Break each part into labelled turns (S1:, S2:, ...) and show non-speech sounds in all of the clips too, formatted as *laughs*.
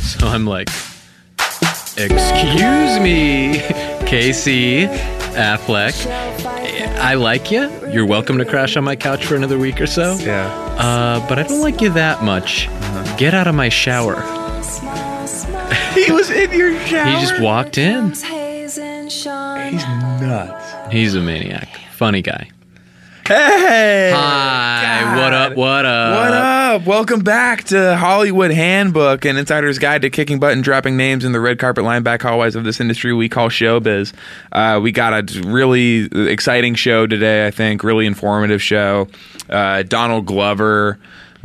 S1: So I'm like, excuse me, Casey Affleck. I like you. You're welcome to crash on my couch for another week or so.
S2: Yeah.
S1: Uh, but I don't like you that much.
S2: Uh-huh.
S1: Get out of my shower.
S2: He was in your shower.
S1: He just walked in.
S2: He's nuts.
S1: He's a maniac. Funny guy.
S2: Hey.
S1: Hi. What up? What up?
S2: What up? Welcome back to Hollywood Handbook, an insider's guide to kicking butt and dropping names in the red carpet lineback hallways of this industry we call showbiz. Uh, we got a really exciting show today, I think, really informative show. Uh, Donald Glover,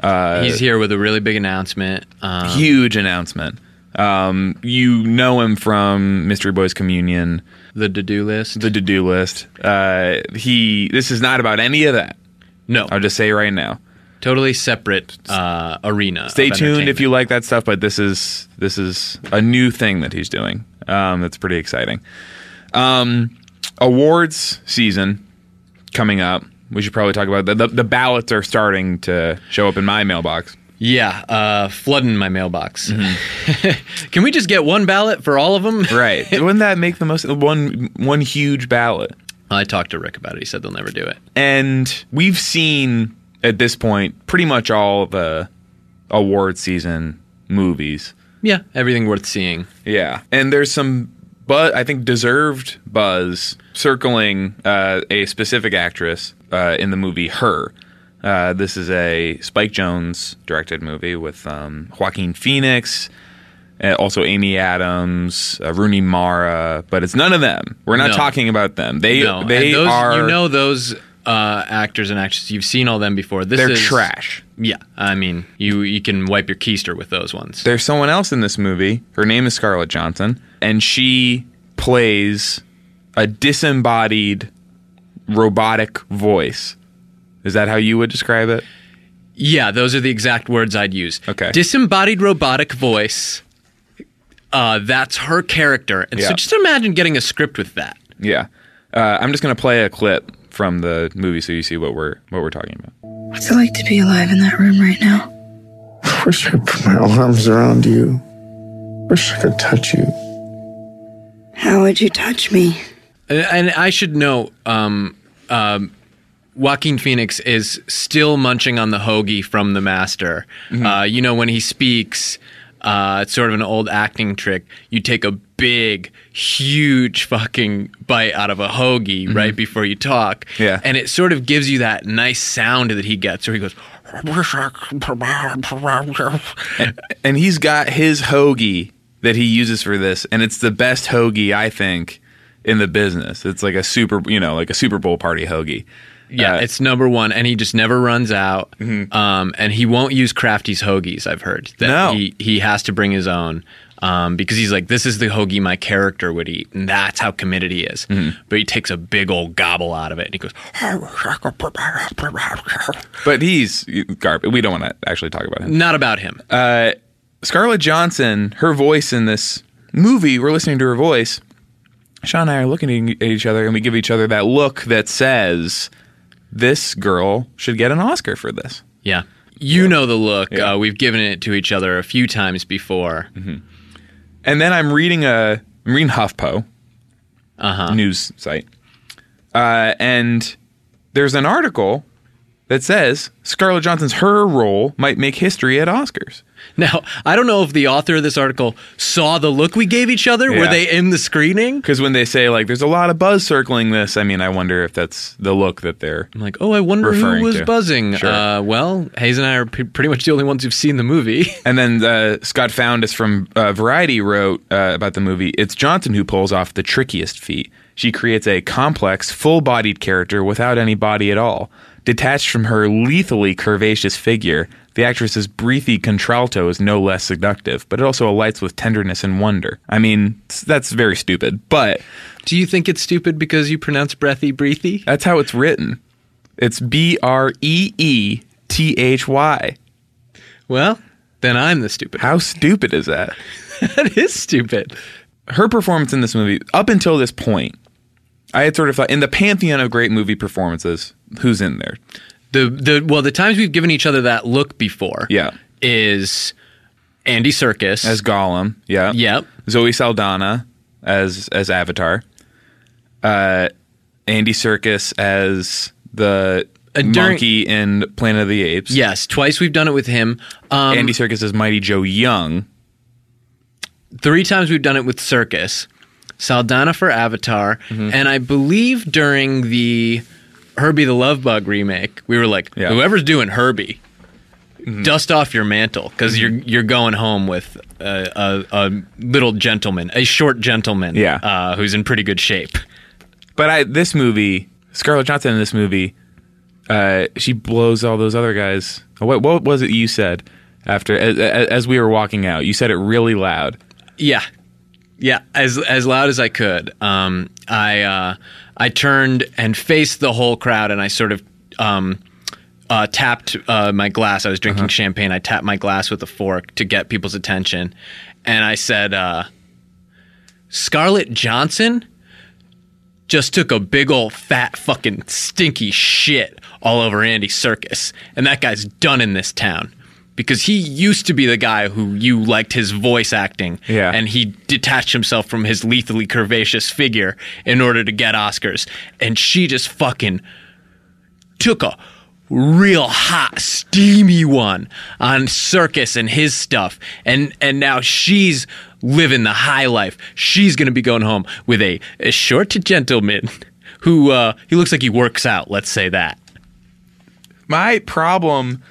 S2: uh,
S1: He's here with a really big announcement. Um,
S2: huge announcement. Um, you know him from Mystery Boys Communion,
S1: the to-do list.
S2: the to-do list. Uh, he. This is not about any of that.
S1: no,
S2: I'll just say right now.
S1: totally separate uh, arena. of
S2: stay tuned if
S1: entertainment.
S2: you like that stuff but this is this is a new thing that he's doing um, that's pretty exciting um, awards season coming up we should probably talk about that the, the ballots are starting to show up in my mailbox
S1: Yeah, uh, flooding my mailbox. Mm-hmm. *laughs* Can we just get one ballot for all of them?
S2: right *laughs* wouldn't that make the most one one huge ballot
S1: *laughs* I talked to Rick about it. He said they'll never do it.
S2: and we've seen at this point pretty much all the award season movies
S1: Yeah, everything worth seeing.
S2: Yeah, and there's some, but I think deserved buzz circling uh, a specific actress uh, in the movie Her. Uh, this is a Spike Jones directed movie with um, Joaquin Phoenix, uh, also Amy Adams, uh, Rooney Mara, but it's none of them. We're not
S1: No.
S2: talking about them. They
S1: No, and
S2: they
S1: those,
S2: are
S1: You know those uh, actors and actresses. You've seen all them before. This
S2: they're
S1: is
S2: trash.
S1: Yeah, I mean, you you can wipe your keister with those ones.
S2: There's someone else in this movie. Her name is Scarlett Johnson, and she plays a disembodied robotic voice. Is that how you would describe it?
S1: Yeah, those are the exact words I'd use.
S2: Okay.
S1: Disembodied robotic voice. Uh, that's her character. And so
S2: Yeah.
S1: just imagine getting a script with that.
S2: Yeah. Uh, I'm just gonna play a clip from the movie so you see what we're what we're talking about.
S3: What's it like to be alive in that room right now?
S4: Wish I could put my arms around you. Wish I could touch you.
S3: How would you touch me?
S1: And, Uh, and I should know, um, um, Joaquin Phoenix is still munching on the hoagie from The Master. Uh, you know, when he speaks, uh, it's sort of an old acting trick. You take a big, huge fucking bite out of a hoagie right before you talk.
S2: Yeah.
S1: And it sort of gives you that nice sound that he gets where he goes,
S2: And he's got his hoagie that he uses for this, and it's the best hoagie I think in the business. It's like a super, you know, like a Super Bowl party hoagie.
S1: Yeah,
S2: Uh, Mm-hmm.
S1: it's number one, and he just never runs out. Um, and he won't use Crafty's hoagies. I've heard that
S2: No.
S1: he he has to bring his own um, because he's like, this is the hoagie my character would eat, and that's how committed he is.
S2: Mm-hmm.
S1: But he takes a big old gobble out of it, and he goes,
S2: But he's garbage. We don't want to actually talk about him.
S1: "Not about him."
S2: Uh, Scarlett Johnson, her voice in this movie, we're listening to her voice. Sean and I are looking at each other and we give each other that look that says, this girl should get an Oscar for this.
S1: yeah, you know the look. Uh, we've given it to each other a few times before.
S2: Mm-hmm. And then I'm reading a I'm reading HuffPo news site, uh, and there's an article that says Scarlett Johnson's her role might make history at Oscars.
S1: Now, I don't know if the author of this article saw the look we gave each other. Were
S2: Yeah.
S1: they in the screening?
S2: Because when they say like there's a lot of buzz circling this, I mean I wonder if that's the look that they're
S1: I'm like, oh, I wonder
S2: Referring
S1: who was
S2: to.
S1: buzzing.
S2: Sure.
S1: Uh, well, Hayes and I are p- pretty much the only ones who've seen the movie. *laughs*
S2: And then uh, Scott Foundis from uh, Variety wrote uh, about the movie It's Johnson who pulls off the trickiest feat. She creates a complex, full bodied character without any body at all. Detached from her lethally curvaceous figure, the actress's breathy contralto is no less seductive, but it also alights with tenderness and wonder. I mean, s- that's very stupid, but
S1: Do you think it's stupid because you pronounce breathy breathy?
S2: that's how it's written. It's B R E E T H Y.
S1: Well, then I'm the stupid. *laughs*
S2: How stupid is that?
S1: that is stupid.
S2: her performance in this movie up until this point i had sort of thought in the pantheon of great movie performances who's in there
S1: The the well, the times we've given each other that look before,
S2: Yeah.
S1: is Andy Circus
S2: as Gollum. Yeah.
S1: Yep.
S2: Zoe Saldana as as Avatar. Uh, Andy Circus as the
S1: Uh, during-
S2: monkey in Planet of the Apes.
S1: Yes, twice we've done it with him. Um,
S2: Andy Circus as Mighty Joe Young.
S1: three times we've done it with Circus, Saldana for Avatar,
S2: Mm-hmm.
S1: and I believe during the Herbie the Love Bug remake, we were like,
S2: Yeah. Mm-hmm.
S1: whoever's doing Herbie, dust off your mantle because you're you're going home with a, a, a little gentleman, a short gentleman,
S2: Yeah.
S1: uh, who's in pretty good shape.
S2: But I this movie, Scarlett Johansson in this movie, uh, she blows all those other guys. What what was it you said after as, as as we were walking out? You said it really loud.
S1: Yeah, yeah, as as loud as I could. Um, I uh, I turned and faced the whole crowd, and I sort of um, uh, tapped uh, my glass. I was drinking champagne. I tapped my glass with a fork to get people's attention, and I said, uh, "Scarlett Johnson." Just took a big old fat fucking stinky shit all over Andy Circus. And that guy's done in this town because he used to be the guy who you liked his voice acting
S2: Yeah.
S1: and he detached himself from his lethally curvaceous figure in order to get Oscars. And she just fucking took a real hot, steamy one on circus and his stuff. And and now she's living the high life. She's gonna be going home with a, a short gentleman *laughs* who uh, he looks like he works out, let's say that.
S2: My problem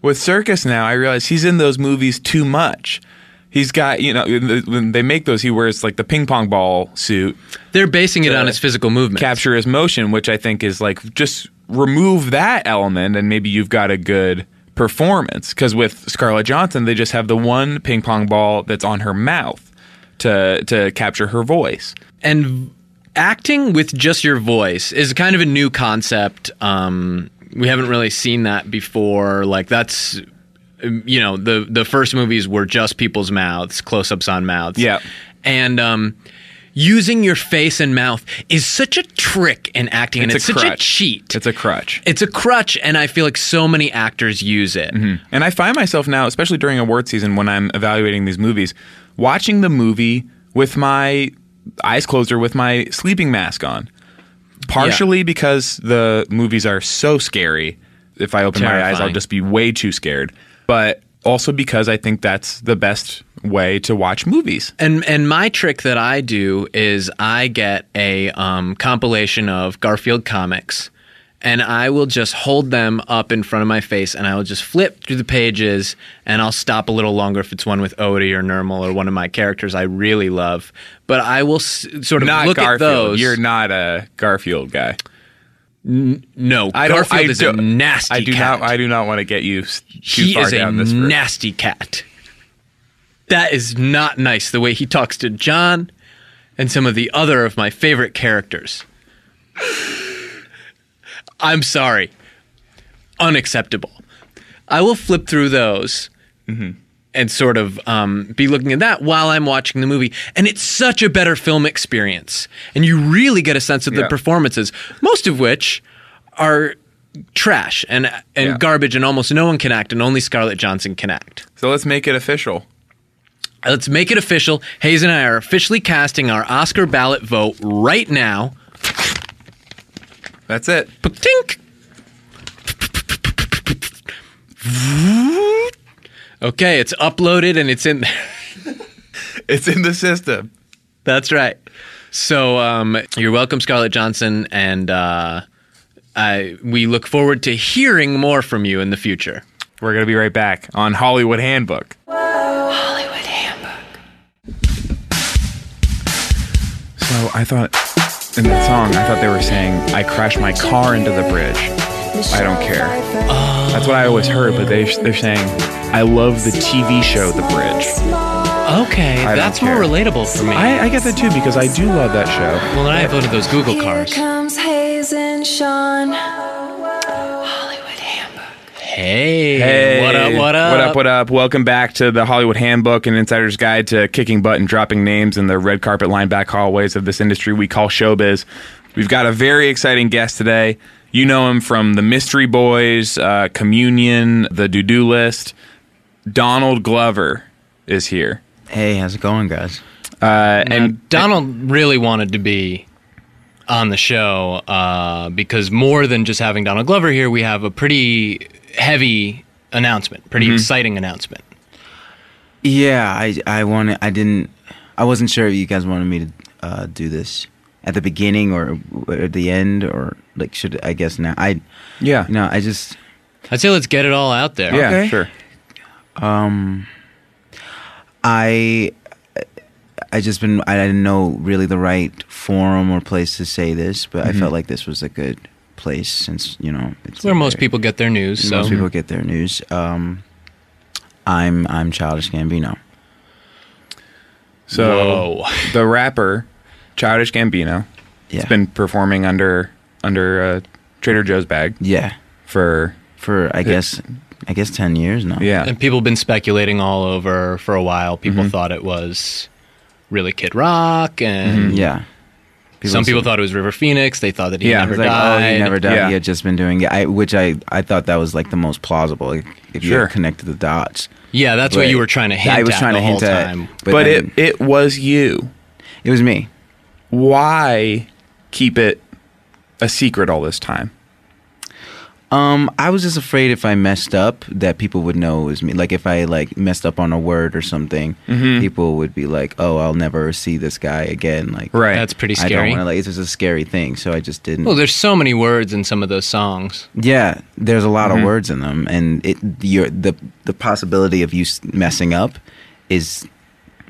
S2: with Circus now, I realize he's in those movies too much. He's got, you know, when they make those, he wears like the ping pong ball suit,
S1: They're basing it on his physical movement.
S2: capture his motion, which I think is like just remove that element and maybe you've got a good performance. Because with Scarlett Johnson, they just have the one ping pong ball that's on her mouth to to capture her voice.
S1: and v- acting with just your voice is kind of a new concept. Um, we haven't really seen that before. Like that's um, you know the the first movies were just people's mouths, close ups on mouths.
S2: Yeah.
S1: and um, using your face and mouth is such a trick in acting, and it's such a
S2: crutch.
S1: cheat.
S2: It's a crutch.
S1: It's a crutch, and I feel like so many actors use it.
S2: And I find myself now, especially during award season when I'm evaluating these movies, watching the movie with my eyes closed or with my sleeping mask on. Partially because the movies are so scary. If I open my eyes, I'll
S1: Terrifying.
S2: just be way too scared. But also because I think that's the best way to watch movies.
S1: And and my trick that I do is I get a um, compilation of Garfield comics, and I will just hold them up in front of my face, and I will just flip through the pages, and I'll stop a little longer if it's one with Odie or Nermal or one of my characters I really love. But I will s- sort of
S2: Not
S1: look
S2: Garfield.
S1: at those.
S2: You're not a Garfield guy.
S1: no,
S2: I don't-
S1: Garfield
S2: I
S1: is a
S2: don't-
S1: nasty.
S2: I do
S1: cat.
S2: not. I do not want to get you s- too
S1: he
S2: far
S1: is a
S2: down this road.
S1: nasty cat. That is not nice. The way he talks to John and some of the other of my favorite characters. I'm sorry. Unacceptable. I will flip through those
S2: Mm-hmm.
S1: and sort of um, be looking at that while I'm watching the movie. And it's such a better film experience. And you really get a sense of the
S2: Yeah.
S1: performances, most of which are trash and and
S2: Yeah.
S1: garbage, and almost no one can act, and only Scarlett Johnson can act.
S2: so let's make it official.
S1: Let's make it official. Hayes and I are officially casting our Oscar ballot vote right now.
S2: That's it.
S1: Tink. Okay, it's uploaded and it's in there. *laughs*
S2: It's in the system.
S1: That's right. So um, you're welcome, Scarlett Johnson, and uh, I, we look forward to hearing more from you in the future.
S2: We're going to be right back on Hollywood Handbook.
S3: Hollywood Handbook.
S2: So I thought in that song, I thought they were saying, I crashed my car into the bridge. I don't care.
S5: Oh.
S2: That's what I always heard, but they, they're saying, I love the TV show The Bridge.
S1: Okay,
S2: don't
S1: that's more
S2: care.
S1: relatable for me.
S2: I, I get that too because I do love that show.
S1: well, then I voted those Google
S5: Here
S1: cars.
S5: comes Hayes and Sean. Hollywood Handbook.
S1: Hey,
S2: Hey,
S1: what up? What up?
S2: What up? What up? Welcome back to the Hollywood Handbook, an insider's guide to kicking butt and dropping names in the red carpet lineback hallways of this industry we call showbiz. We've got a very exciting guest today. You know him from The Mystery Boys, uh, Communion, The Do Do List. Donald Glover is here.
S6: Hey, how's it going, guys?
S2: Uh, and
S1: Donald really wanted to be on the show uh, because more than just having Donald Glover here, we have a pretty heavy announcement, pretty exciting announcement.
S6: Yeah, I I wanted I didn't I wasn't sure if you guys wanted me to uh, do this at the beginning or, or at the end or like should I guess now I
S2: yeah,
S6: no I just
S1: I'd say let's get it all out there.
S2: yeah,
S6: Okay.
S2: sure.
S6: I I just been I didn't know really the right forum or place to say this, but I felt like this was a good place since you know it's
S1: It's where
S6: like
S1: most
S6: very-
S1: people get their news. So
S6: most people get their news. Um, I'm I'm childish Gambino.
S2: So
S1: Whoa.
S2: the rapper Childish Gambino
S6: Yeah,
S2: has been performing under under uh, Trader Joe's bag
S6: yeah
S2: for
S6: for I guess I guess ten years now.
S2: yeah
S1: and people have been speculating all over for a while. People thought it was really Kid Rock, and
S6: Mm-hmm. yeah.
S1: some
S6: say-
S1: people thought it was River Phoenix. They thought that he
S2: Yeah,
S1: never
S6: It's like,
S1: died.
S6: oh, he never died.
S2: Yeah.
S6: He had just been doing it. I, which I, I thought that was like the most plausible. Like, if you
S2: Sure.
S6: connected the dots,
S1: Yeah, that's what
S6: But
S1: you were trying to hint.
S6: I was
S1: at
S6: trying
S1: the
S6: to hint
S1: whole
S6: at,
S1: time.
S2: but, it it was you
S6: it was me.
S2: why keep it a secret all this time
S6: Um, I was just afraid if I messed up that people would know it was me. Like if I like messed up on a word or something, people would be like, "Oh, I'll never see this guy again." Like,
S2: right
S1: That's pretty
S6: I don't
S1: scary.
S6: want to like. It was a scary thing, so I just didn't.
S1: Well, there's so many words in some of those songs.
S6: Yeah, there's a lot of words in them, and it your the the possibility of you s- messing up is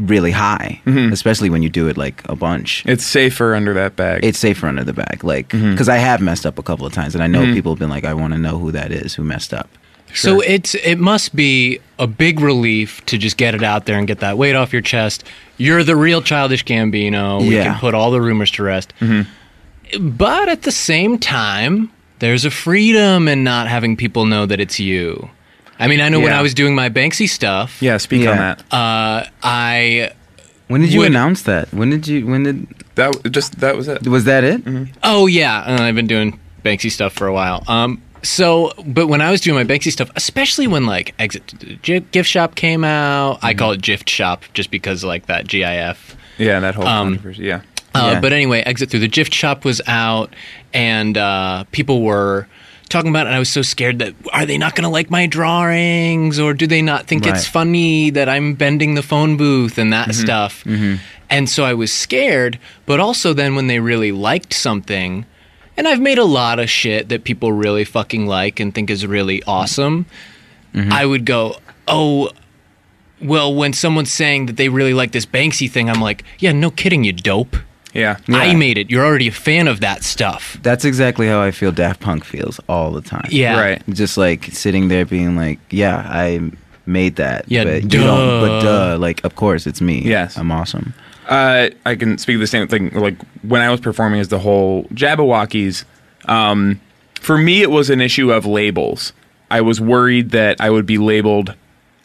S6: really high, especially when you do it like a bunch.
S2: it's safer under that bag
S6: It's safer under the bag, like because I have messed up a couple of times, and I know people have been like, "I want to know who that is who messed up."
S1: So it's it must be a big relief to just get it out there and get that weight off your chest. You're the real childish Gambino. We
S6: Yeah. Mm-hmm.
S1: can put all the rumors to rest. But at the same time, there's a freedom in not having people know that it's you. I mean, I know when
S2: Yeah.
S1: I was doing my Banksy stuff,
S2: yeah speak on
S6: Yeah.
S2: that
S1: uh, I
S6: When did you
S1: Would-
S6: announce that? When did you? When did
S2: that w- just that was it
S6: was that it?
S1: Oh yeah, and I've been doing Banksy stuff for a while. Um, so but when I was doing my Banksy stuff, especially when like Exit to the Gi- Gift Shop came out, I call it Gift Shop just because like that GIF.
S2: yeah that whole
S1: Um,
S2: controversy yeah
S1: Uh,
S6: Yeah.
S1: But anyway, Exit Through the Gift Shop was out, and uh, people were talking about it. And I was so scared that are they not going to like my drawings, or do they not think it's
S6: Right. Mm-hmm.
S1: funny that I'm bending the phone booth and that stuff? And so I was scared. But also, then when they really liked something, and I've made a lot of shit that people really fucking like and think is really awesome,
S6: Mm-hmm.
S1: I would go, oh. Well, when someone's saying that they really like this Banksy thing, I'm like, yeah, no kidding, you dope.
S2: yeah
S1: I made it. You're already a fan of that stuff.
S6: That's exactly how I feel. Daft Punk feels all the time.
S1: Yeah.
S2: right
S6: just like sitting there being like, yeah, I made that.
S1: Yeah,
S6: but
S1: duh.
S6: you don't. But duh, like of course it's me.
S2: Yes.
S6: I'm awesome.
S2: Uh, I can speak of the same thing. Like when I was performing as the whole Jabberwockies, um, for me it was an issue of labels. I was worried that I would be labeled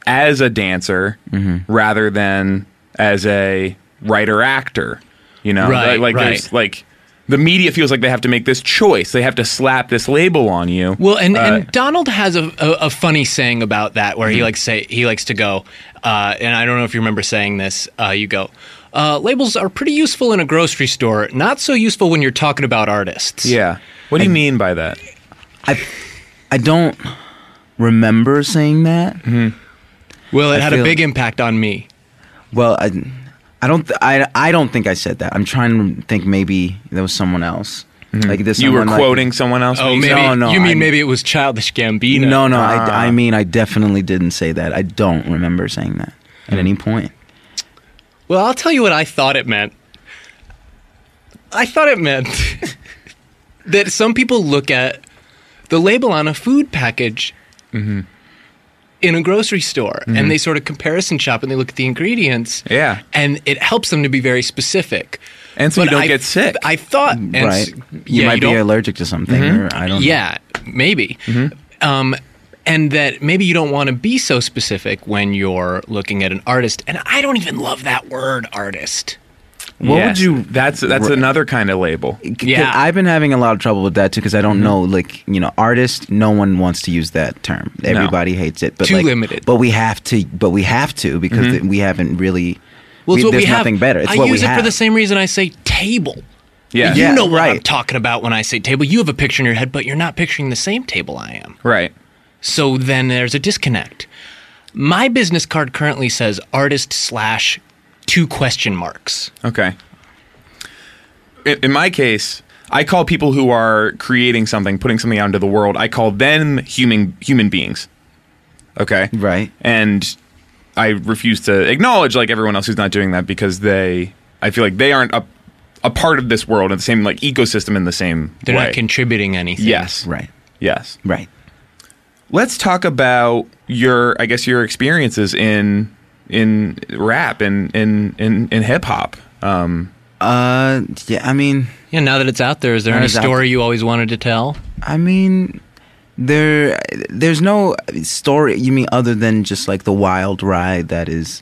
S2: as a dancer
S1: Mm-hmm.
S2: rather than as a writer actor. You know,
S1: Right,
S2: like
S1: right.
S2: there's- like the media feels like they have to make this choice. They have to slap this label on you.
S1: Well, and,
S2: Uh,
S1: and Donald has a, a, a funny saying about that
S6: Mm-hmm.
S1: where he likes say he likes to go, uh, and I don't know if you remember saying this. Uh, you go, uh, labels are pretty useful in a grocery store, not so useful when you're talking about artists.
S2: yeah. What do you mean by that?
S6: I I don't remember saying that.
S1: Mm-hmm. Well, it
S6: I
S1: had a
S6: feel-
S1: big impact on me.
S6: Well, I I don't th- I I don't think I said that. I'm trying to think maybe there was someone else.
S1: Mm-hmm.
S6: Like this.
S2: You were
S6: someone, like-
S2: quoting someone else.
S1: Oh,
S2: when you
S1: maybe
S2: said-
S6: No, no,
S1: you mean
S6: I'm-
S1: maybe it was childish Gambino?
S6: No, no.
S1: Ah.
S6: I, I mean, I definitely didn't say that. I don't remember saying that
S1: Mm-hmm.
S6: at any point.
S1: Well, I'll tell you what I thought it meant. I thought it
S2: *laughs*
S1: meant that some people look at the label on a food package
S2: Mm-hmm.
S1: in a grocery store and they sort of comparison shop and they look at the ingredients.
S2: Yeah.
S1: And it helps them to be very specific.
S2: And so you
S1: But
S2: don't
S1: I-
S2: get sick.
S1: I thought, and s-
S6: right? You
S1: yeah,
S6: might be
S1: don't- Mm-hmm.
S6: allergic to something, or I don't. know.
S1: yeah, maybe.
S2: Mm-hmm.
S1: Um, and that maybe you don't want to be so specific when you're looking at an artist. And I don't even love that word, artist.
S6: What would you?
S2: That's that's another kind of label.
S6: c-
S1: Yeah. Mm-hmm.
S6: I've been having a lot of trouble with that too because I don't know, like you know, artist. No one wants to use that term. Everybody hates it. But
S1: Too
S6: like,
S1: limited. Mm-hmm.
S6: But we have to. But we have to because th- we haven't really.
S1: Well, it's what
S6: there's
S1: we have.
S6: nothing better. It's
S1: I
S6: what
S1: use
S6: we
S1: it
S6: have.
S1: for the same reason I say table.
S2: Yeah.
S1: You
S6: Yeah.
S1: know what I'm
S6: right.
S1: talking about when I say table. You have a picture in your head, but you're not picturing the same table I am.
S2: Right.
S1: So then there's a disconnect. My business card currently says artist slash two question marks.
S2: Okay. In, in my case, I call people who are creating something, putting something out into the world, I call them human human beings. Okay.
S6: Right.
S2: And I refuse to acknowledge like everyone else who's not doing that because they I feel like they aren't a, a part of this world and the same like ecosystem in the same
S1: They're
S2: way.
S1: not contributing anything.
S2: yes.
S6: Right.
S2: Yes.
S6: Right.
S2: Let's talk about your, I guess, your experiences in in rap and in in, in hip hop. Um,
S6: Uh. Yeah. I mean.
S1: Yeah, now that it's out there, is there
S6: Now
S1: any
S6: it's out
S1: story you always wanted to tell?
S6: I mean, there, there's no story. You mean other than just like the wild ride that is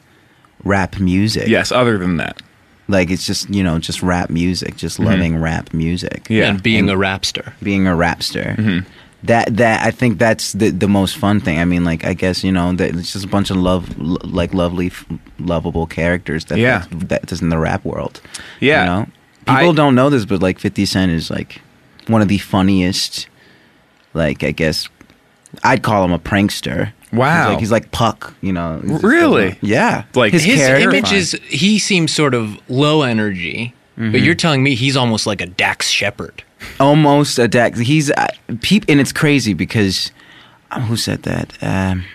S6: rap music?
S2: yes. Other than that,
S6: Like it's just you know just rap music, just
S1: Mm-hmm.
S6: loving rap music.
S2: Yeah.
S1: And being a rapster.
S6: Being a rapster.
S2: Mm-hmm.
S6: That that I think that's the the most fun thing. I mean, like I guess you know that it's just a bunch of love, lo- like lovely, f- lovable characters. That
S2: Yeah.
S6: that is in the rap world.
S2: Yeah.
S6: you know?
S2: I-
S6: people don't know this, but like Fifty Cent is like one of the funniest. Like I guess I'd call him a prankster.
S2: Wow.
S6: he's like, he's like Puck. You know, He's just-
S2: Really?
S6: yeah,
S2: Like,
S1: His
S2: Terrifying.
S1: image is he seems sort of low energy, but
S6: Mm-hmm.
S1: you're telling me he's almost like a Dax Shepherd.
S6: almost a Dax. He's uh, peep, and it's crazy because uh, who said that? Um,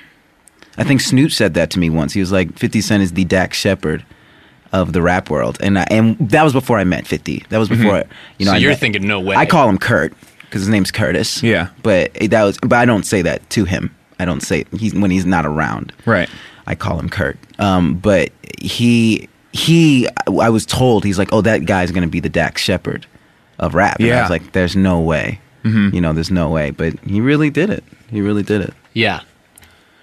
S6: I think Snoop said that to me once. He was like, "50 Cent is the Dax Shepherd of the rap world," and I, and that was before I met 50. That was before you know.
S1: Mm-hmm. So
S6: I
S1: you're
S6: met-
S1: thinking, "No way."
S6: I call him Kurt because his name's Curtis.
S2: Yeah.
S6: but it- that was. But I don't say that to him. I don't say he's when he's not around.
S2: Right.
S6: I call him Kurt. Um, but he he I was told he's like, oh, that guy's gonna be the Dax Shepherd of rap. And I
S2: Yeah.
S6: was like, there's no way. You know, there's no way. But he really did it. He really did it.
S1: Yeah.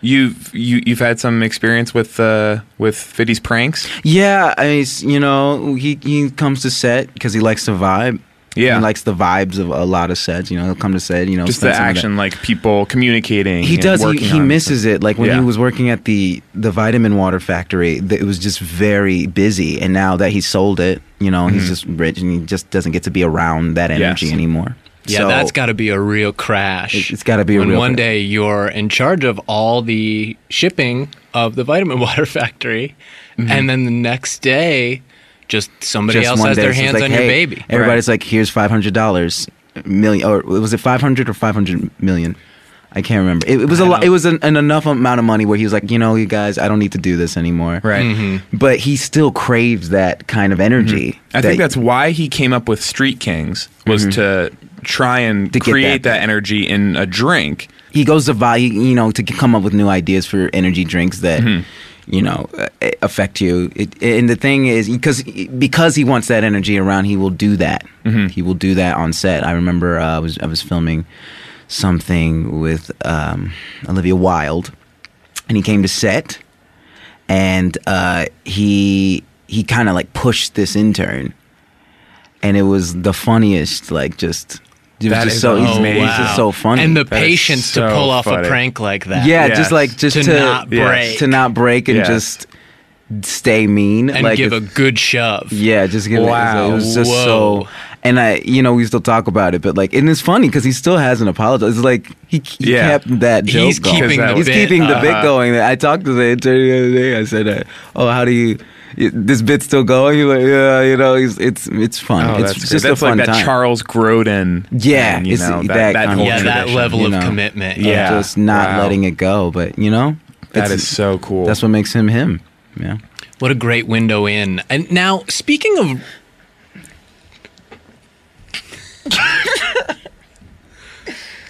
S2: you've you, you've had some experience with uh, with Fiddy's pranks.
S6: Yeah, I mean, it's, you know, he he comes to set because he likes to vibe.
S2: Yeah.
S6: he likes the vibes of a lot of sets. You know, he'll come to set. You know,
S2: Just the
S6: spend some of that-
S2: action, like people communicating.
S6: He
S2: and
S6: does. He,
S2: working
S6: he
S2: on-
S6: misses it. Like when
S2: Yeah.
S6: he was working at the the vitamin water factory, th- it was just very busy. And now that he sold it, you know,
S1: Mm-hmm.
S6: he's just rich and he just doesn't get to be around that energy
S2: Yes.
S6: anymore.
S1: Yeah,
S6: So-
S1: that's got to be a real crash.
S6: It- it's gotta be a
S1: when
S6: real
S1: one
S6: crash.
S1: day you're in charge of all the shipping of the vitamin *laughs* water factory, and then the next day, just somebody
S6: Mm-hmm. just
S1: else
S6: one
S1: has
S6: day
S1: their
S6: it's just
S1: hands
S6: like,
S1: on
S6: hey,
S1: your baby.
S6: Everybody's like, here's five hundred dollars million, or was it five hundred or five hundred million? I can't remember. It, it was a lot. It was an, an enough amount of money where he was like, you know, you guys, I don't need to do this anymore. Mm-hmm.
S2: Right.
S1: Mm-hmm.
S6: But he still craves that kind of energy.
S2: I think
S6: that- Mm-hmm.
S2: that's why he came up with Street Kings was to try and
S6: To get
S2: create
S6: that.
S2: that energy in a drink.
S6: he goes to Vi, you know, to come up with new ideas for energy drinks that,
S2: Mm-hmm.
S6: you know, uh, affect you. It, and the thing is, because because he wants that energy around, he will do that.
S2: Mm-hmm.
S6: He will do that on set. I remember uh, I was I was filming something with um, Olivia Wilde, and he came to set, and uh, he he kind of like pushed this intern, and it was the funniest, like just. It was
S2: That
S6: just
S2: is
S6: so he's,
S2: amazing. Oh,
S6: he's just so funny.
S1: Oh, And the
S2: is
S1: patience to
S2: so
S1: pull off
S2: funny.
S1: a prank like that.
S6: Yeah,
S2: Yes.
S6: just like just
S1: To
S6: to,
S1: not
S2: yes.
S1: break.
S6: to not break and
S2: Yes.
S6: just stay mean
S1: and
S6: like
S1: give a
S6: it's-
S1: good shove.
S6: yeah, just give
S2: Wow.
S6: it. It was just
S1: Whoa.
S6: so. And I, you know, we still talk about it, but like, and it's funny because he still hasn't apologized. It's like he, he
S2: Yeah.
S6: kept that joke.
S1: He's
S6: going.
S1: keeping
S2: Because
S1: the
S2: that was-
S6: He's
S1: bit.
S6: keeping the
S2: Uh-huh.
S6: bit going. I talked to the attorney the other day. I said, uh, "Oh, how do you? y- This bit's still going?" He's like, "Yeah, you know, he's, it's it's fun.
S2: Oh,
S6: it's
S2: that's great.
S6: just a
S2: That's
S6: fun
S2: like that
S6: time."
S2: Charles Grodin.
S6: Yeah,
S2: thing, you
S6: it's
S2: know, that,
S6: that
S2: that
S6: kind
S2: whole
S6: of-
S1: yeah, that
S2: tradition.
S1: level
S6: you
S1: of
S6: know.
S1: commitment.
S6: Of
S2: Yeah.
S6: just not
S2: Wow.
S6: letting it go, but you know,
S2: That
S6: it's-
S2: is so cool.
S6: That's what makes him him. Yeah.
S1: What a great window in. And now, speaking of.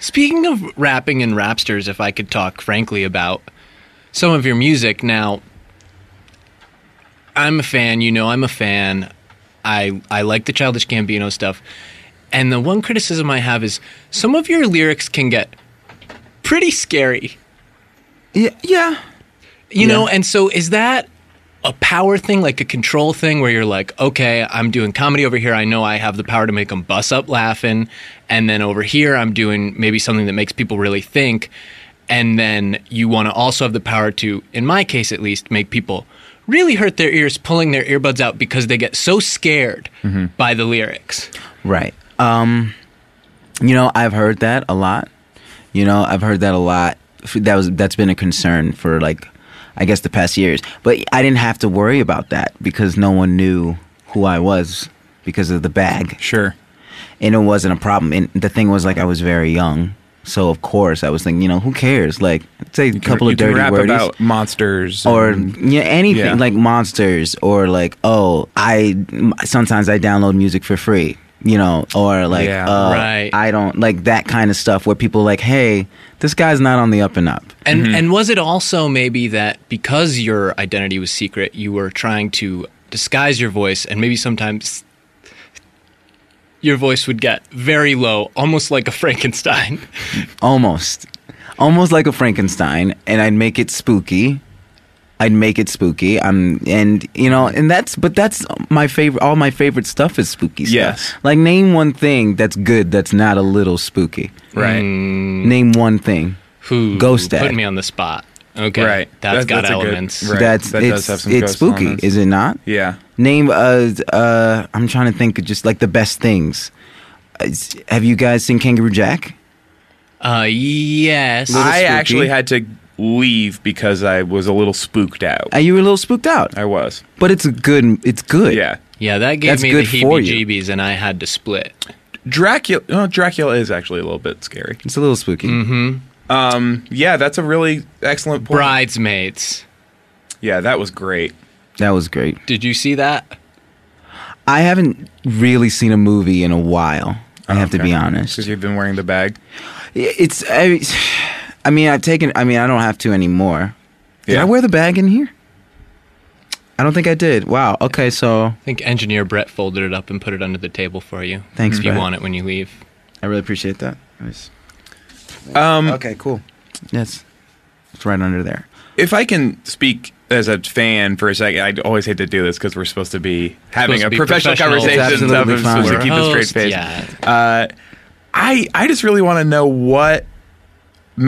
S1: speaking of rapping and rapsters, if I could talk frankly about some of your music. Now, I'm a fan. You know, I'm a fan. I, I like the Childish Gambino stuff. And the one criticism I have is some of your lyrics can get pretty scary.
S6: Yeah, yeah.
S1: You know, and so is that a power thing, like a control thing, where you're like, okay, I'm doing comedy over here. I know I have the power to make them bust up laughing, and then over here I'm doing maybe something that makes people really think, and then you want to also have the power to, in my case at least, make people really hurt their ears, pulling their earbuds out because they get so scared by the lyrics.
S6: Right. Um, you know, I've heard that a lot. You know, I've heard that a lot. F- That was that's been a concern for like, I guess the past years. But I didn't have to worry about that because no one knew who I was because of the bag,
S2: Sure.
S6: and it wasn't a problem. And the thing was like I was very young, so of course I was thinking, you know, who cares? Like, say a couple
S2: you
S6: of dirty
S2: can rap
S6: wordies
S2: about monsters
S6: or
S2: and-
S6: yeah, anything
S2: Yeah.
S6: like monsters or like oh I m- sometimes I download music for free you know or like
S2: Yeah.
S6: uh,
S1: Right.
S6: I don't like that kind of stuff where people like hey this guy's not on the up and up
S1: And
S2: Mm-hmm.
S1: and was it also maybe that because your identity was secret, you were trying to disguise your voice, and maybe sometimes your voice would get very low, almost like a *laughs* Frankenstein.
S6: almost almost like a Frankenstein and I'd make it spooky I'd make it spooky I'm and you know and that's but that's my favorite all my favorite stuff is spooky stuff
S2: Yes.
S6: like name one thing that's good that's not a little spooky
S2: right
S1: Mm.
S2: Mm.
S6: name one thing
S1: Who
S6: Ghost
S1: put
S6: Dad.
S1: me on the spot? Okay,
S2: Right. That's-
S1: that's got
S2: that's a good-
S1: elements.
S2: right.
S6: That's
S2: that does
S6: it's,
S2: have some
S6: it's
S2: ghost
S6: spooky,
S2: elements.
S6: is it not?
S2: yeah
S6: Name uh uh I'm trying to think of just like the best things. Uh, s- Have you guys seen Kangaroo Jack?
S1: Uh, yes.
S2: i
S6: spooky.
S2: actually had to leave because i was a little spooked out
S6: Uh, you were a little spooked out,
S2: i was
S6: but it's a good. It's good.
S2: yeah
S1: yeah, that gave
S6: That's
S1: me the
S6: good for you.
S1: heebie-jeebies, and I had to split.
S2: dracula oh, dracula is actually a little bit scary
S6: it's a little spooky.
S2: Mm-hmm. yeah that's a really excellent point
S1: Bridesmaids.
S2: yeah that was great
S6: That was great.
S1: Did you see that?
S6: I haven't really seen a movie in a while. I
S2: Oh,
S6: have to be honest.
S2: because you've been wearing the bag
S6: It's I, *sighs* I mean I've taken. I mean I don't have to anymore. Did
S2: Yeah.
S6: I wear the bag in here? I don't think I did. Wow. Okay. So
S1: I think engineer Brett folded it up and put it under the table for you.
S6: Thanks,
S1: If you
S6: Brett.
S1: want it when you leave.
S6: I really appreciate that. Nice.
S2: um
S6: Okay, cool. Hmm. Yes. It's right under there.
S2: if i can speak as a fan for a second i always hate to do this because we're supposed to be having
S1: Supposed to
S2: a
S1: be
S2: professional,
S1: professional. It's
S2: conversation so
S6: absolutely
S2: i'm
S6: fine.
S2: supposed to
S1: We're
S2: keep a straight
S1: host,
S2: face
S1: yeah.
S2: uh i i just really want to know what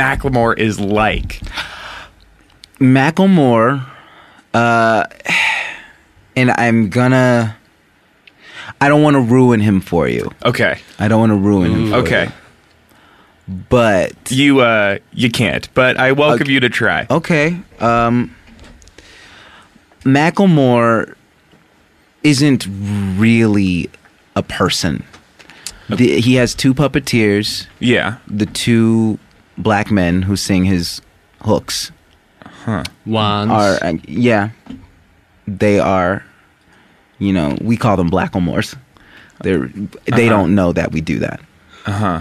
S2: macklemore is like
S6: Macklemore, uh, *sighs* and I'm gonna. I don't want to ruin him for you.
S2: okay
S6: I don't want to ruin him. For
S2: Mm, Okay.
S6: you. but
S2: You uh you can't, but I welcome you to try.
S6: okay. Um, Macklemore isn't really a person. The, he has two puppeteers.
S2: Yeah.
S6: the two black men who sing his hooks
S1: Wands.
S6: are uh, yeah they are you know we call them blackomores they're
S1: Uh-huh.
S6: they don't know that we do that uh-huh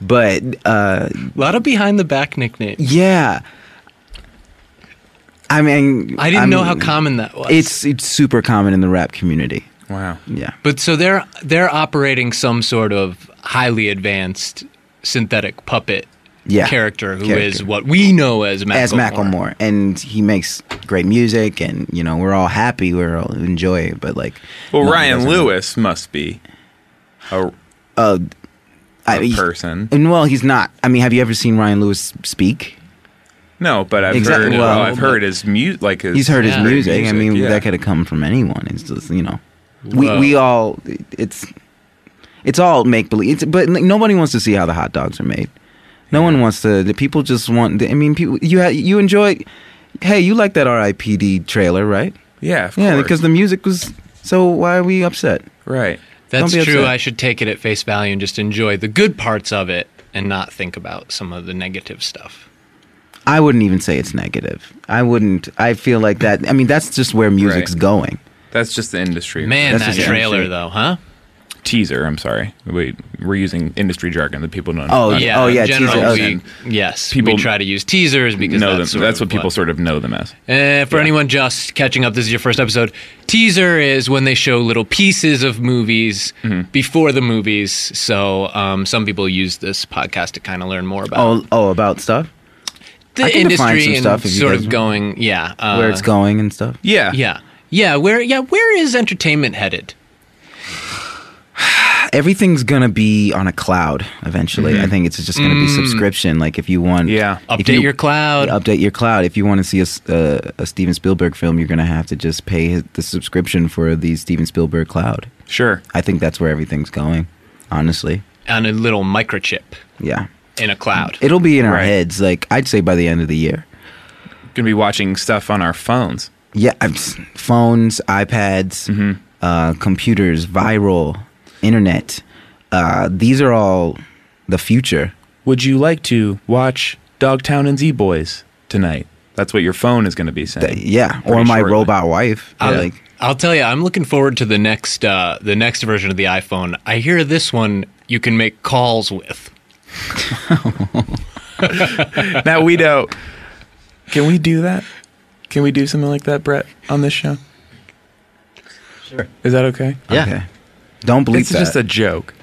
S6: but uh
S1: A lot of behind the back nicknames.
S6: yeah i mean
S1: I didn't know how
S6: mean,
S1: common that was.
S6: it's it's super common in the rap community
S2: Wow.
S6: yeah
S1: but so they're they're operating some sort of highly advanced synthetic puppet
S6: Yeah.
S1: character who is
S6: Character.
S1: what we know as Macklemore.
S6: as Macklemore, and he makes great music, and you know we're all happy, we're all enjoy it, but like,
S2: Well,
S6: no, he
S2: Ryan
S6: doesn't-
S2: Lewis must be a,
S6: Uh, I-
S2: a
S6: he-
S2: person.
S6: And well, he's not. I mean, have you ever seen Ryan Lewis speak?
S2: No, but I've
S6: Exact-
S2: heard
S6: well,
S2: well, I've heard his music like his
S6: He's heard
S1: Yeah.
S6: his
S1: Great
S6: music. I mean,
S2: yeah.
S6: that could have come from anyone. It's just you know, we
S1: Whoa.
S6: we all it's it's all make believe. It's but like, nobody wants to see how the hot dogs are made. No one wants to. The people just want. The, I mean, people you ha, you enjoy. Hey, you like that R.I.P.D. trailer, right?
S2: Yeah, of
S6: Yeah,
S2: course.
S6: because the music was. So why are we upset?
S2: right.
S1: That's
S6: Don't be
S1: true.
S6: upset.
S1: I should take it at face value and just enjoy the good parts of it and not think about some of the negative stuff.
S6: I wouldn't even say it's negative. I wouldn't. I feel like that. I mean, that's just where music's
S2: Right.
S6: going.
S2: That's just the industry.
S1: Man,
S6: That's
S1: that
S6: just
S1: trailer
S6: interesting.
S1: though, huh?
S2: teaser, I'm sorry. We we're using industry jargon that people don't
S6: Oh,
S2: not-
S6: yeah. Oh,
S1: in
S6: teaser.
S1: general,
S6: Okay.
S1: we, yes,
S2: People
S1: we try to use teasers because
S2: know
S1: that's,
S2: them.
S1: sort
S2: That's
S1: of
S2: what people sort of know them as.
S1: Uh, for anyone just catching up, this is your first episode. Teaser is when they show little pieces of movies
S6: Mm-hmm.
S1: before the movies. So um, some people use this podcast to kind of learn more about
S6: Oh, oh, about stuff.
S1: the the
S6: Oh, I can define
S1: industry
S6: some
S1: and
S6: stuff if you
S1: sort
S6: guys
S1: of
S6: want.
S1: going, yeah, uh,
S6: where it's going and stuff.
S2: Yeah.
S1: Yeah, yeah, where, yeah, where is entertainment headed?
S6: Everything's gonna be on a cloud eventually. I think it's just gonna be subscription. Like if you want,
S2: Mm-hmm. Mm. Yeah.
S6: if
S1: Update
S6: you-
S1: your cloud.
S6: Yeah, update your cloud. If you want to see a, s- uh, a Steven Spielberg film, you're gonna have to just pay his, the subscription for the Steven Spielberg cloud.
S2: Sure.
S6: I think that's where everything's going. Honestly,
S1: on a little microchip
S6: yeah,
S1: in a cloud.
S6: it'll be in our
S2: Right.
S6: heads. Like I'd say by the end of the year.
S2: Gonna be watching stuff on our phones.
S6: Yeah, I've, s- phones, iPads,
S2: Mm-hmm.
S6: uh, computers, viral, internet. Uh, these are all the future.
S2: Would you like to watch Dogtown and Z Boys tonight? That's what your phone is gonna be saying.
S6: Yeah, or
S2: Pretty
S6: my
S2: shortly.
S6: robot wife.
S1: I'll,
S6: Like
S1: I'll tell you, I'm looking forward to the next uh, the next version of the iPhone. I hear this one you can make calls with.
S2: now we don't. Can we do that? Can we do something like that, Brett, on this show? Sure. Is that okay?
S6: okay, don't believe
S2: It's
S6: that.
S2: just a joke.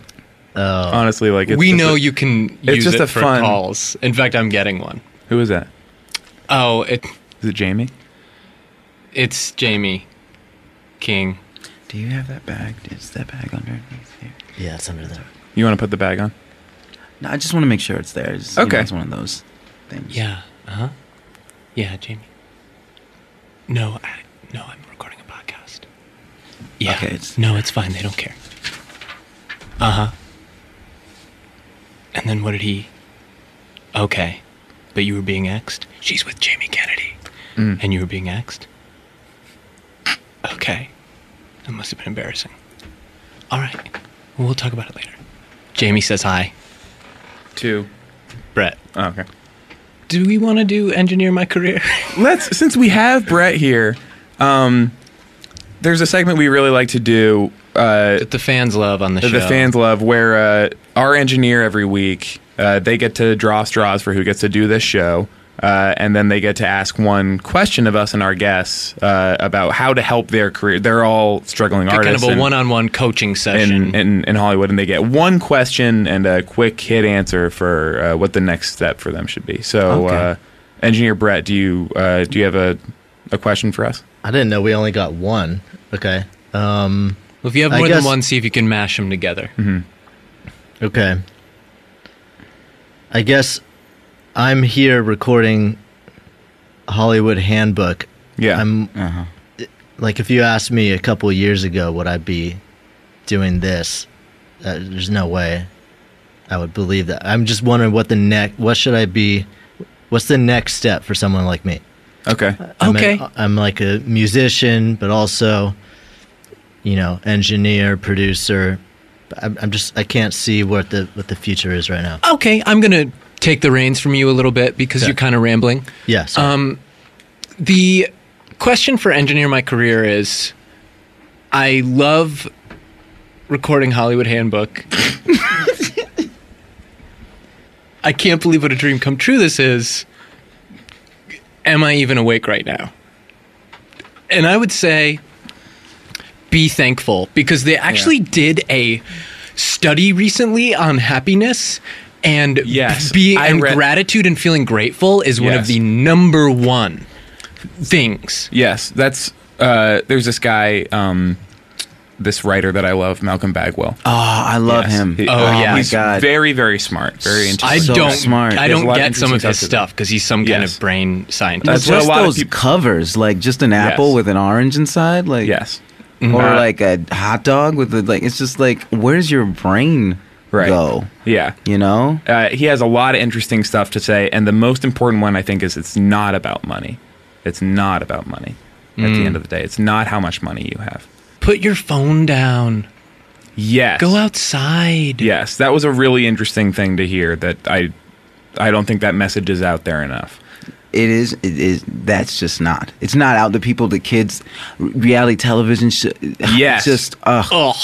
S2: Honestly, like it's
S1: we
S2: just
S1: know
S2: a-
S1: you can use
S2: just
S1: it
S2: a
S1: for
S2: fun-
S1: calls. In fact, I'm getting one.
S2: Who is that?
S1: Oh, it
S2: Is it Jamie?
S1: it's Jamie King.
S6: Do you have that bag? Is that bag underneath here?
S7: Yeah, it's under there.
S2: You want to put the bag on?
S6: No, I just want to make sure it's there. It's, you know,
S2: Okay.
S6: it's one of those things.
S1: Yeah. Uh huh. Yeah, Jamie. No, I, no, I'm recording a podcast. Yeah.
S6: Okay, it's-
S1: no, it's fine. They don't care. Uh huh. And then what did he? Okay, but you were being axed. She's with Jamie Kennedy,
S6: Mm.
S1: and you were being axed. Okay, that must have been embarrassing. All right, we'll talk about it later. Jamie says hi.
S2: Two.
S1: Brett,
S2: Oh, okay.
S1: do we want to do engineer my career? *laughs*
S2: Let's since we have Brett here, um, there's a segment we really like to do. Uh,
S1: that the fans love on the
S2: that
S1: show.
S2: the fans love where uh, our engineer every week uh, they get to draw straws for who gets to do this show uh, and then they get to ask one question of us and our guests uh, about how to help their career they're all struggling
S1: kind
S2: artists
S1: of a
S2: and-
S1: one-on-one coaching session.
S2: in, in, in Hollywood, and they get one question and a quick hit answer for uh, what the next step for them should be. So,
S6: Okay.
S2: uh, engineer Brett, do you uh, do you have a, a question for us?
S7: I didn't know we only got one. Okay. Um.
S1: well, if you have
S7: I
S1: more than
S7: guess-
S1: one, see if you can mash them together.
S2: Mm-hmm.
S7: Okay. I guess I'm here recording Hollywood Handbook.
S2: Yeah,
S7: I'm
S6: Uh-huh.
S7: like, if you asked me a couple years ago, would I be doing this? Uh, there's no way I would believe that. I'm just wondering what the next, what should I be? What's the next step for someone like me?
S2: okay.
S7: I'm a-
S1: Okay.
S7: I'm like a musician, but also, you know, engineer, producer. I'm, I'm just I can't see what the what the future is right now.
S1: Okay, I'm gonna take the reins from you a little bit because
S7: Okay.
S1: you're kind of rambling.
S7: Yeah. So
S1: Um, the question for engineer my career is, I love recording Hollywood Handbook. *laughs* I can't believe what a dream come true this is. Am I even awake right now? And I would say be thankful because they actually did a study recently on happiness and
S2: Yes,
S1: being
S2: I
S1: and
S2: read-
S1: gratitude and feeling grateful is one
S2: Yes.
S1: of the number one things.
S2: Yes, that's uh, there's this guy, um, this writer that I love, Malcolm Bagwell.
S6: Oh, I love
S2: Yes.
S6: him.
S2: He- uh,
S1: Oh, yeah.
S6: my
S2: he's
S6: god.
S2: very very smart, very
S1: I
S2: intelligent.
S6: So
S1: don't
S6: smart.
S1: I
S2: There's a
S1: don't
S2: lot of
S1: get some of
S2: interesting
S1: his
S2: stuff to
S1: stuff because he's some kind
S2: Yes.
S1: of brain
S2: That's
S1: scientist.
S6: just
S2: what a lot of
S6: those
S2: people-
S6: covers, like just an apple with an orange inside, like
S2: yes,
S6: or
S2: Uh,
S6: like a hot dog with a, like. It's just like, where's your brain
S2: right.
S6: go?
S2: Yeah,
S6: You know,
S2: uh, he has a lot of interesting stuff to say, and the most important one I think is it's not about money. It's not about money. At the
S6: Mm.
S2: end of the day, it's not how much money you have.
S1: Put your phone down.
S2: Yes,
S1: Go outside.
S2: Yes, that was a really interesting thing to hear. That I, I don't think that message is out there enough.
S6: it is. It is. That's just not. It's not out. The people, the kids, r- reality television. Sh- *sighs*
S2: Yes.
S6: it's just. Uh,
S1: Ugh.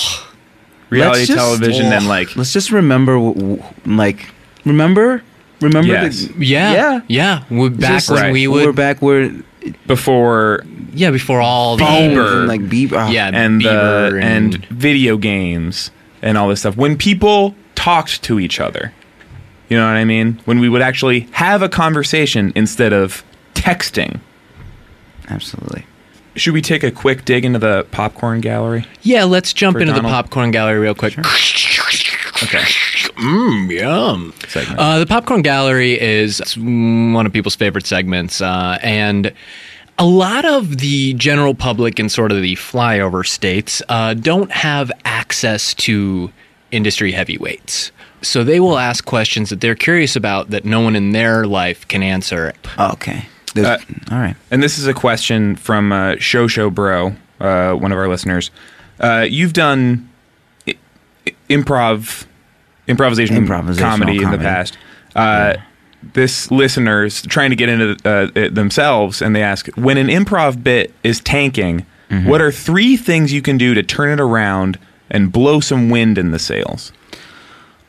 S2: Reality
S6: Let's just-
S2: television and like
S6: let's just remember, w- w- like, remember, remember.
S2: Yes.
S6: The,
S1: Yeah.
S6: Yeah.
S1: Yeah. We're back
S6: just
S1: when
S2: like-
S1: we would
S6: we're back where
S2: before
S1: Yeah, before all the
S2: Bieber.
S6: and like Bieber. Oh,
S1: Yeah.
S2: and the
S1: Bieber
S2: and,
S1: and-
S2: video games and all this stuff. When people talked to each other, you You know what I mean? When we would actually have a conversation instead of texting.
S6: Absolutely.
S2: Should we take a quick dig into the
S1: *laughs*
S2: popcorn gallery?
S1: Yeah, let's jump
S2: For
S1: into the
S2: Donald.
S1: popcorn gallery real quick. *laughs*
S2: Okay.
S1: Mmm, yum.
S2: Segment.
S1: Uh, the popcorn gallery is it's one of people's favorite segments, uh, and a lot of the general public in sort of the flyover states uh, don't have access to industry heavyweights. So they will ask questions that they're curious about that no one in their life can answer.
S6: Oh, Okay. There's,
S2: Uh,
S6: all right.
S2: And this is a question from uh, Show Show Bro, uh, one of our listeners. Uh, you've done i- i- improv, improvisation,
S6: Improvisational
S2: comedy, in the
S6: comedy.
S2: past. Uh, This listeners trying to get into uh, it themselves, and they ask when an improv bit is tanking,
S6: Mm-hmm.
S2: what are three things you can do to turn it around and blow some wind in the sails?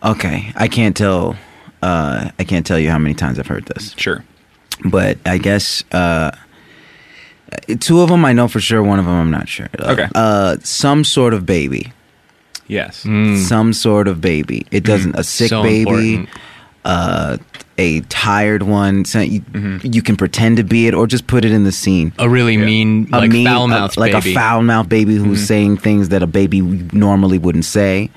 S6: Okay. I can't tell. Uh, I can't tell you how many times I've heard this,
S2: Sure.
S6: but I guess uh, two of them I know for sure. One of them I'm not sure.
S2: Okay.
S6: Uh, some sort of baby.
S2: Yes.
S6: Some sort of baby. It doesn't. A sick
S1: Mm. Mm-hmm. So
S6: baby.
S1: important.
S6: Uh, a tired one. So you,
S1: Mm-hmm.
S6: you can pretend to be it, or just put it in the scene.
S1: A really mean, like
S6: mean-
S1: foul mouthed
S6: a- like
S1: baby. Mm-hmm.
S6: a foul mouthed baby who's saying things that a baby normally wouldn't say.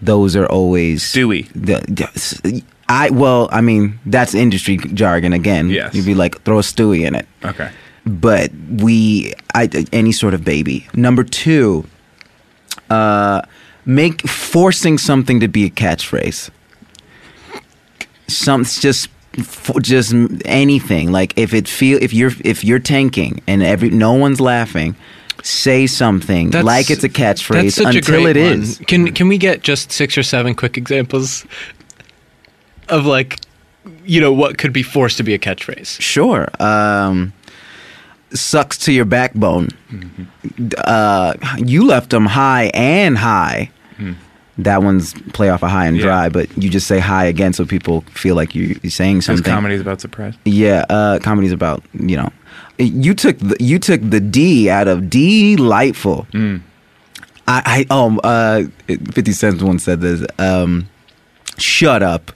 S6: Those are always
S2: Stewie.
S6: The, the- I well, I mean that's industry jargon again.
S2: Yes.
S6: you'd be like throw a Stewie in it,
S2: Okay.
S6: but we I, any sort of baby. Number two, uh, make forcing something to be a catchphrase. Some just for just anything like if it feel if you're if you're tanking and every no one's laughing say something
S1: That's-
S6: like it's a
S1: That's
S6: catchphrase
S1: such a
S6: until
S1: great
S6: it is.
S1: one. Can can we get just six or seven quick examples of like you know what could be forced to be a catchphrase?
S6: Sure. Um, sucks to your backbone.
S2: Mm-hmm.
S6: Uh, you left them high and high. That one's play off a high and
S2: Hmm. Yeah.
S6: dry, but you just say high again so people feel like you- you're saying
S2: This
S6: something.
S2: comedy is about surprise.
S6: Yeah, uh, comedy's about you know, you took the, you took the D out of delightful.
S2: Mm.
S6: I, I um uh, Fifty Cent once said this. Um, shut up.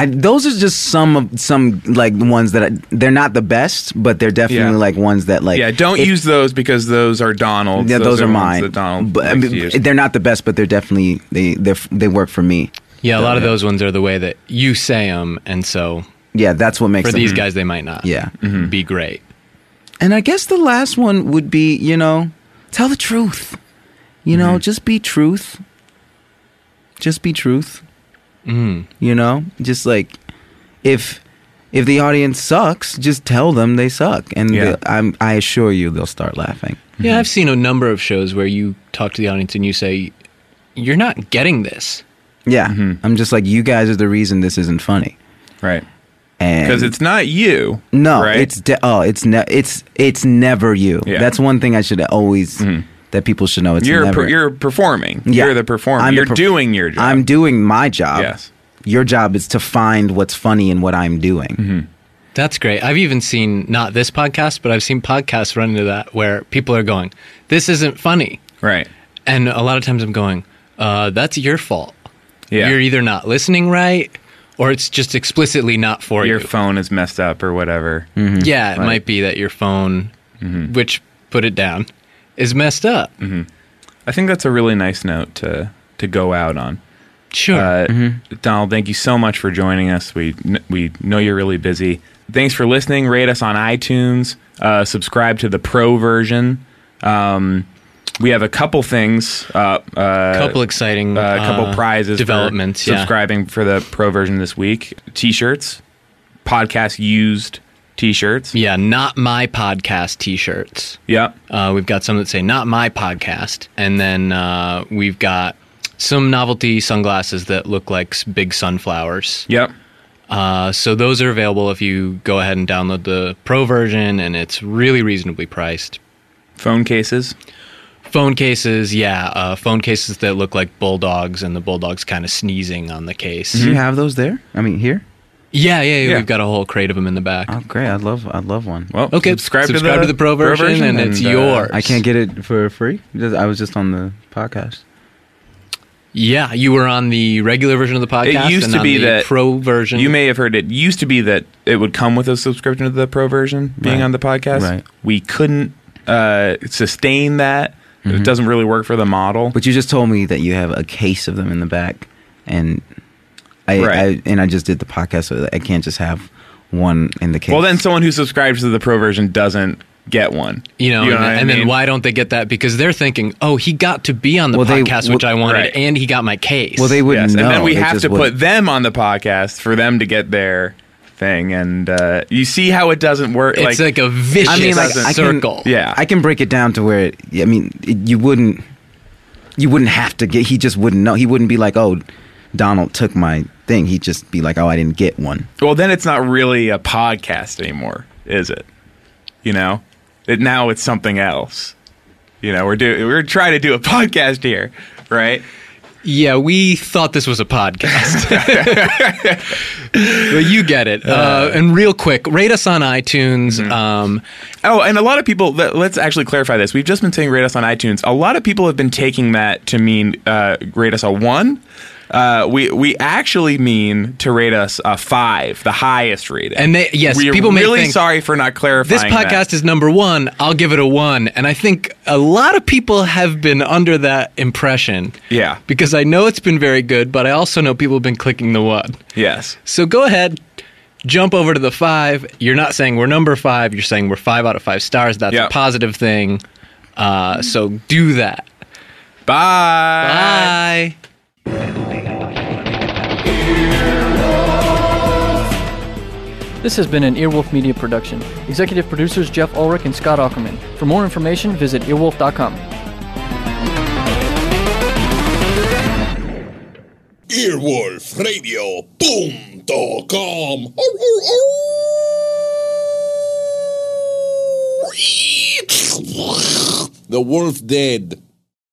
S6: I, those are just some of some like ones that I, they're not the best, but they're definitely
S2: Yeah.
S6: like ones that like
S2: Yeah, don't
S6: if-
S2: use those because those are Donald's.
S6: yeah, those, are
S2: ones
S6: mine.
S2: that Donald
S6: but I
S2: likes to
S6: mean,
S2: use.
S6: they're not the best, but they're definitely they they they work for me.
S1: Yeah, a lot of those ones are the way that you say them, and so
S6: Yeah, that's what makes
S1: for
S6: them.
S1: these guys they might not.
S6: Yeah. Mm-hmm.
S1: be great.
S6: And I guess the last one would be, you know, tell the truth. You
S2: Mm-hmm.
S6: know, just be truth. Just be truth.
S2: Mm.
S6: You know, just like if if the audience sucks, just tell them they suck, and
S2: Yeah.
S6: they- I'm, I assure you they'll start laughing.
S1: Yeah, I've seen a number of shows where you talk to the audience and you say, "You're not getting this."
S6: Yeah,
S2: Mm-hmm.
S6: I'm just like you guys are the reason this isn't funny.
S2: Right.
S6: And
S2: Because it's not you.
S6: No,
S2: right?
S6: it's de- oh, it's ne- it's it's never you.
S2: Yeah. Mm-hmm.
S6: That's one thing I should always that people should know. It's
S2: you're
S6: never.
S2: per, you're performing.
S6: Yeah.
S2: You're the performer.
S6: I'm the
S2: you're
S6: perf-
S2: doing your job.
S6: I'm doing my job.
S2: Yes.
S6: Your job is to find what's funny in what I'm doing.
S2: Mm-hmm.
S1: That's great. I've even seen not this podcast, but I've seen podcasts run into that where people are going, "This isn't funny,"
S2: right.
S1: and a lot of times I'm going, uh, "That's your fault."
S2: Yeah.
S1: You're either not listening right or it's just explicitly not for
S2: your Mm-hmm.
S1: you.
S2: phone is messed up or whatever.
S6: Mm-hmm.
S1: Yeah, it might be that your phone,
S2: Mm-hmm.
S1: which put it down, is messed up.
S2: Mm. I think that's a really nice note to to go out on.
S1: Sure.
S2: Uh, Donald, thank you so much for joining us. We kn- we know you're really busy. Thanks for listening. Rate us on iTunes. Uh, subscribe to the pro version. Um, we have a couple things. Uh, uh,
S1: couple exciting
S2: uh, a couple
S1: uh,
S2: prizes for
S1: developments. yeah.
S2: subscribing for the pro version this week t-shirts podcast used t-shirts
S1: Yeah, not my podcast T-shirts.
S2: yeah
S1: Uh, we've got some that say "Not My Podcast," and then uh, we've got some novelty sunglasses that look like s- big sunflowers.
S2: yep
S1: Uh, so those are available if you go ahead and download the pro version, and it's really reasonably priced.
S2: phone cases
S1: Phone cases, yeah, uh, phone cases that look like bulldogs, and the bulldogs kind of sneezing on the case.
S2: Mm-hmm.
S6: Do you have those there? I mean, here.
S1: Yeah, yeah, yeah,
S2: Yeah.
S1: We've got a whole crate of them in the back.
S6: Oh, great! I love I love one.
S2: well
S1: Okay,
S2: subscribe,
S1: subscribe
S2: to, the
S1: pro version,
S2: uh,
S1: and it's yours.
S6: I can't get it for free. Just- I was just on the podcast.
S1: Yeah, you were on the regular version of the podcast.
S2: It used
S1: and
S2: to
S1: on
S2: be
S1: the
S2: that
S1: pro version.
S2: You may have heard it used to be that it would come with a subscription to the pro version being
S6: Right.
S2: on the podcast.
S6: Right.
S2: We couldn't uh, sustain that.
S1: Mm-hmm.
S2: It doesn't really work for the model.
S6: But you just told me that you have a case of them in the back, and I,
S2: Right.
S6: I and I just did the podcast, so I can't just have one in the case.
S2: well, then someone who subscribes to the pro version doesn't get one.
S1: you know, and,
S2: what I
S1: and then
S2: mean?
S1: why don't they get that? Because they're thinking, oh, he got to be on the
S6: Well, they-
S1: podcast, which I wanted,
S2: right.
S1: and he got my case.
S6: well, they wouldn't
S2: Yes,
S6: know.
S2: and then we
S6: They
S2: have
S6: just
S2: to
S6: wouldn't.
S2: put them on the podcast for them to get their thing. And uh, you see how it doesn't work.
S1: it's like, a vicious
S6: I mean, like
S2: doesn't
S6: I can,
S1: circle.
S2: Yeah.
S6: I can break it down to where I mean, it, you wouldn't, you wouldn't have to get. He just wouldn't know. He wouldn't be like, oh, Donald took my thing. He'd just be like, oh, I didn't get one.
S2: well, then it's not really a podcast anymore, is it? You know, it, now it's something else. You know, we're do we're trying to do a *laughs* podcast here, right?
S1: Yeah, we thought this was a podcast. but you get it. Uh, and real quick, rate us on iTunes. Um,
S2: Oh, and a lot of people. let- Let's actually clarify this. We've just been saying rate us on iTunes. A lot of people have been taking that to mean uh, rate us a one. Uh, we we actually mean to rate us a five, the highest rating.
S1: And they- yes,
S2: We're
S1: people may
S2: really
S1: think,
S2: sorry for not
S1: this
S2: clarifying.
S1: podcast
S2: is
S1: is number one. I'll give it a one. And I think a lot of people have been under that impression.
S2: Yeah.
S1: Because I know it's been very good, but I also know people have been clicking the one.
S2: yes.
S1: So go ahead, jump over to the five. You're not saying we're number five. You're saying we're five out of five stars. That's
S2: Yeah.
S1: a positive thing. Uh, so do that.
S2: Bye.
S1: Bye.
S8: This has been an Earwolf Media production. Executive producers Jeff Ulrich and Scott Ackerman. For more information, visit earwolf.com.
S9: Earwolfradio.com. The wolf dead.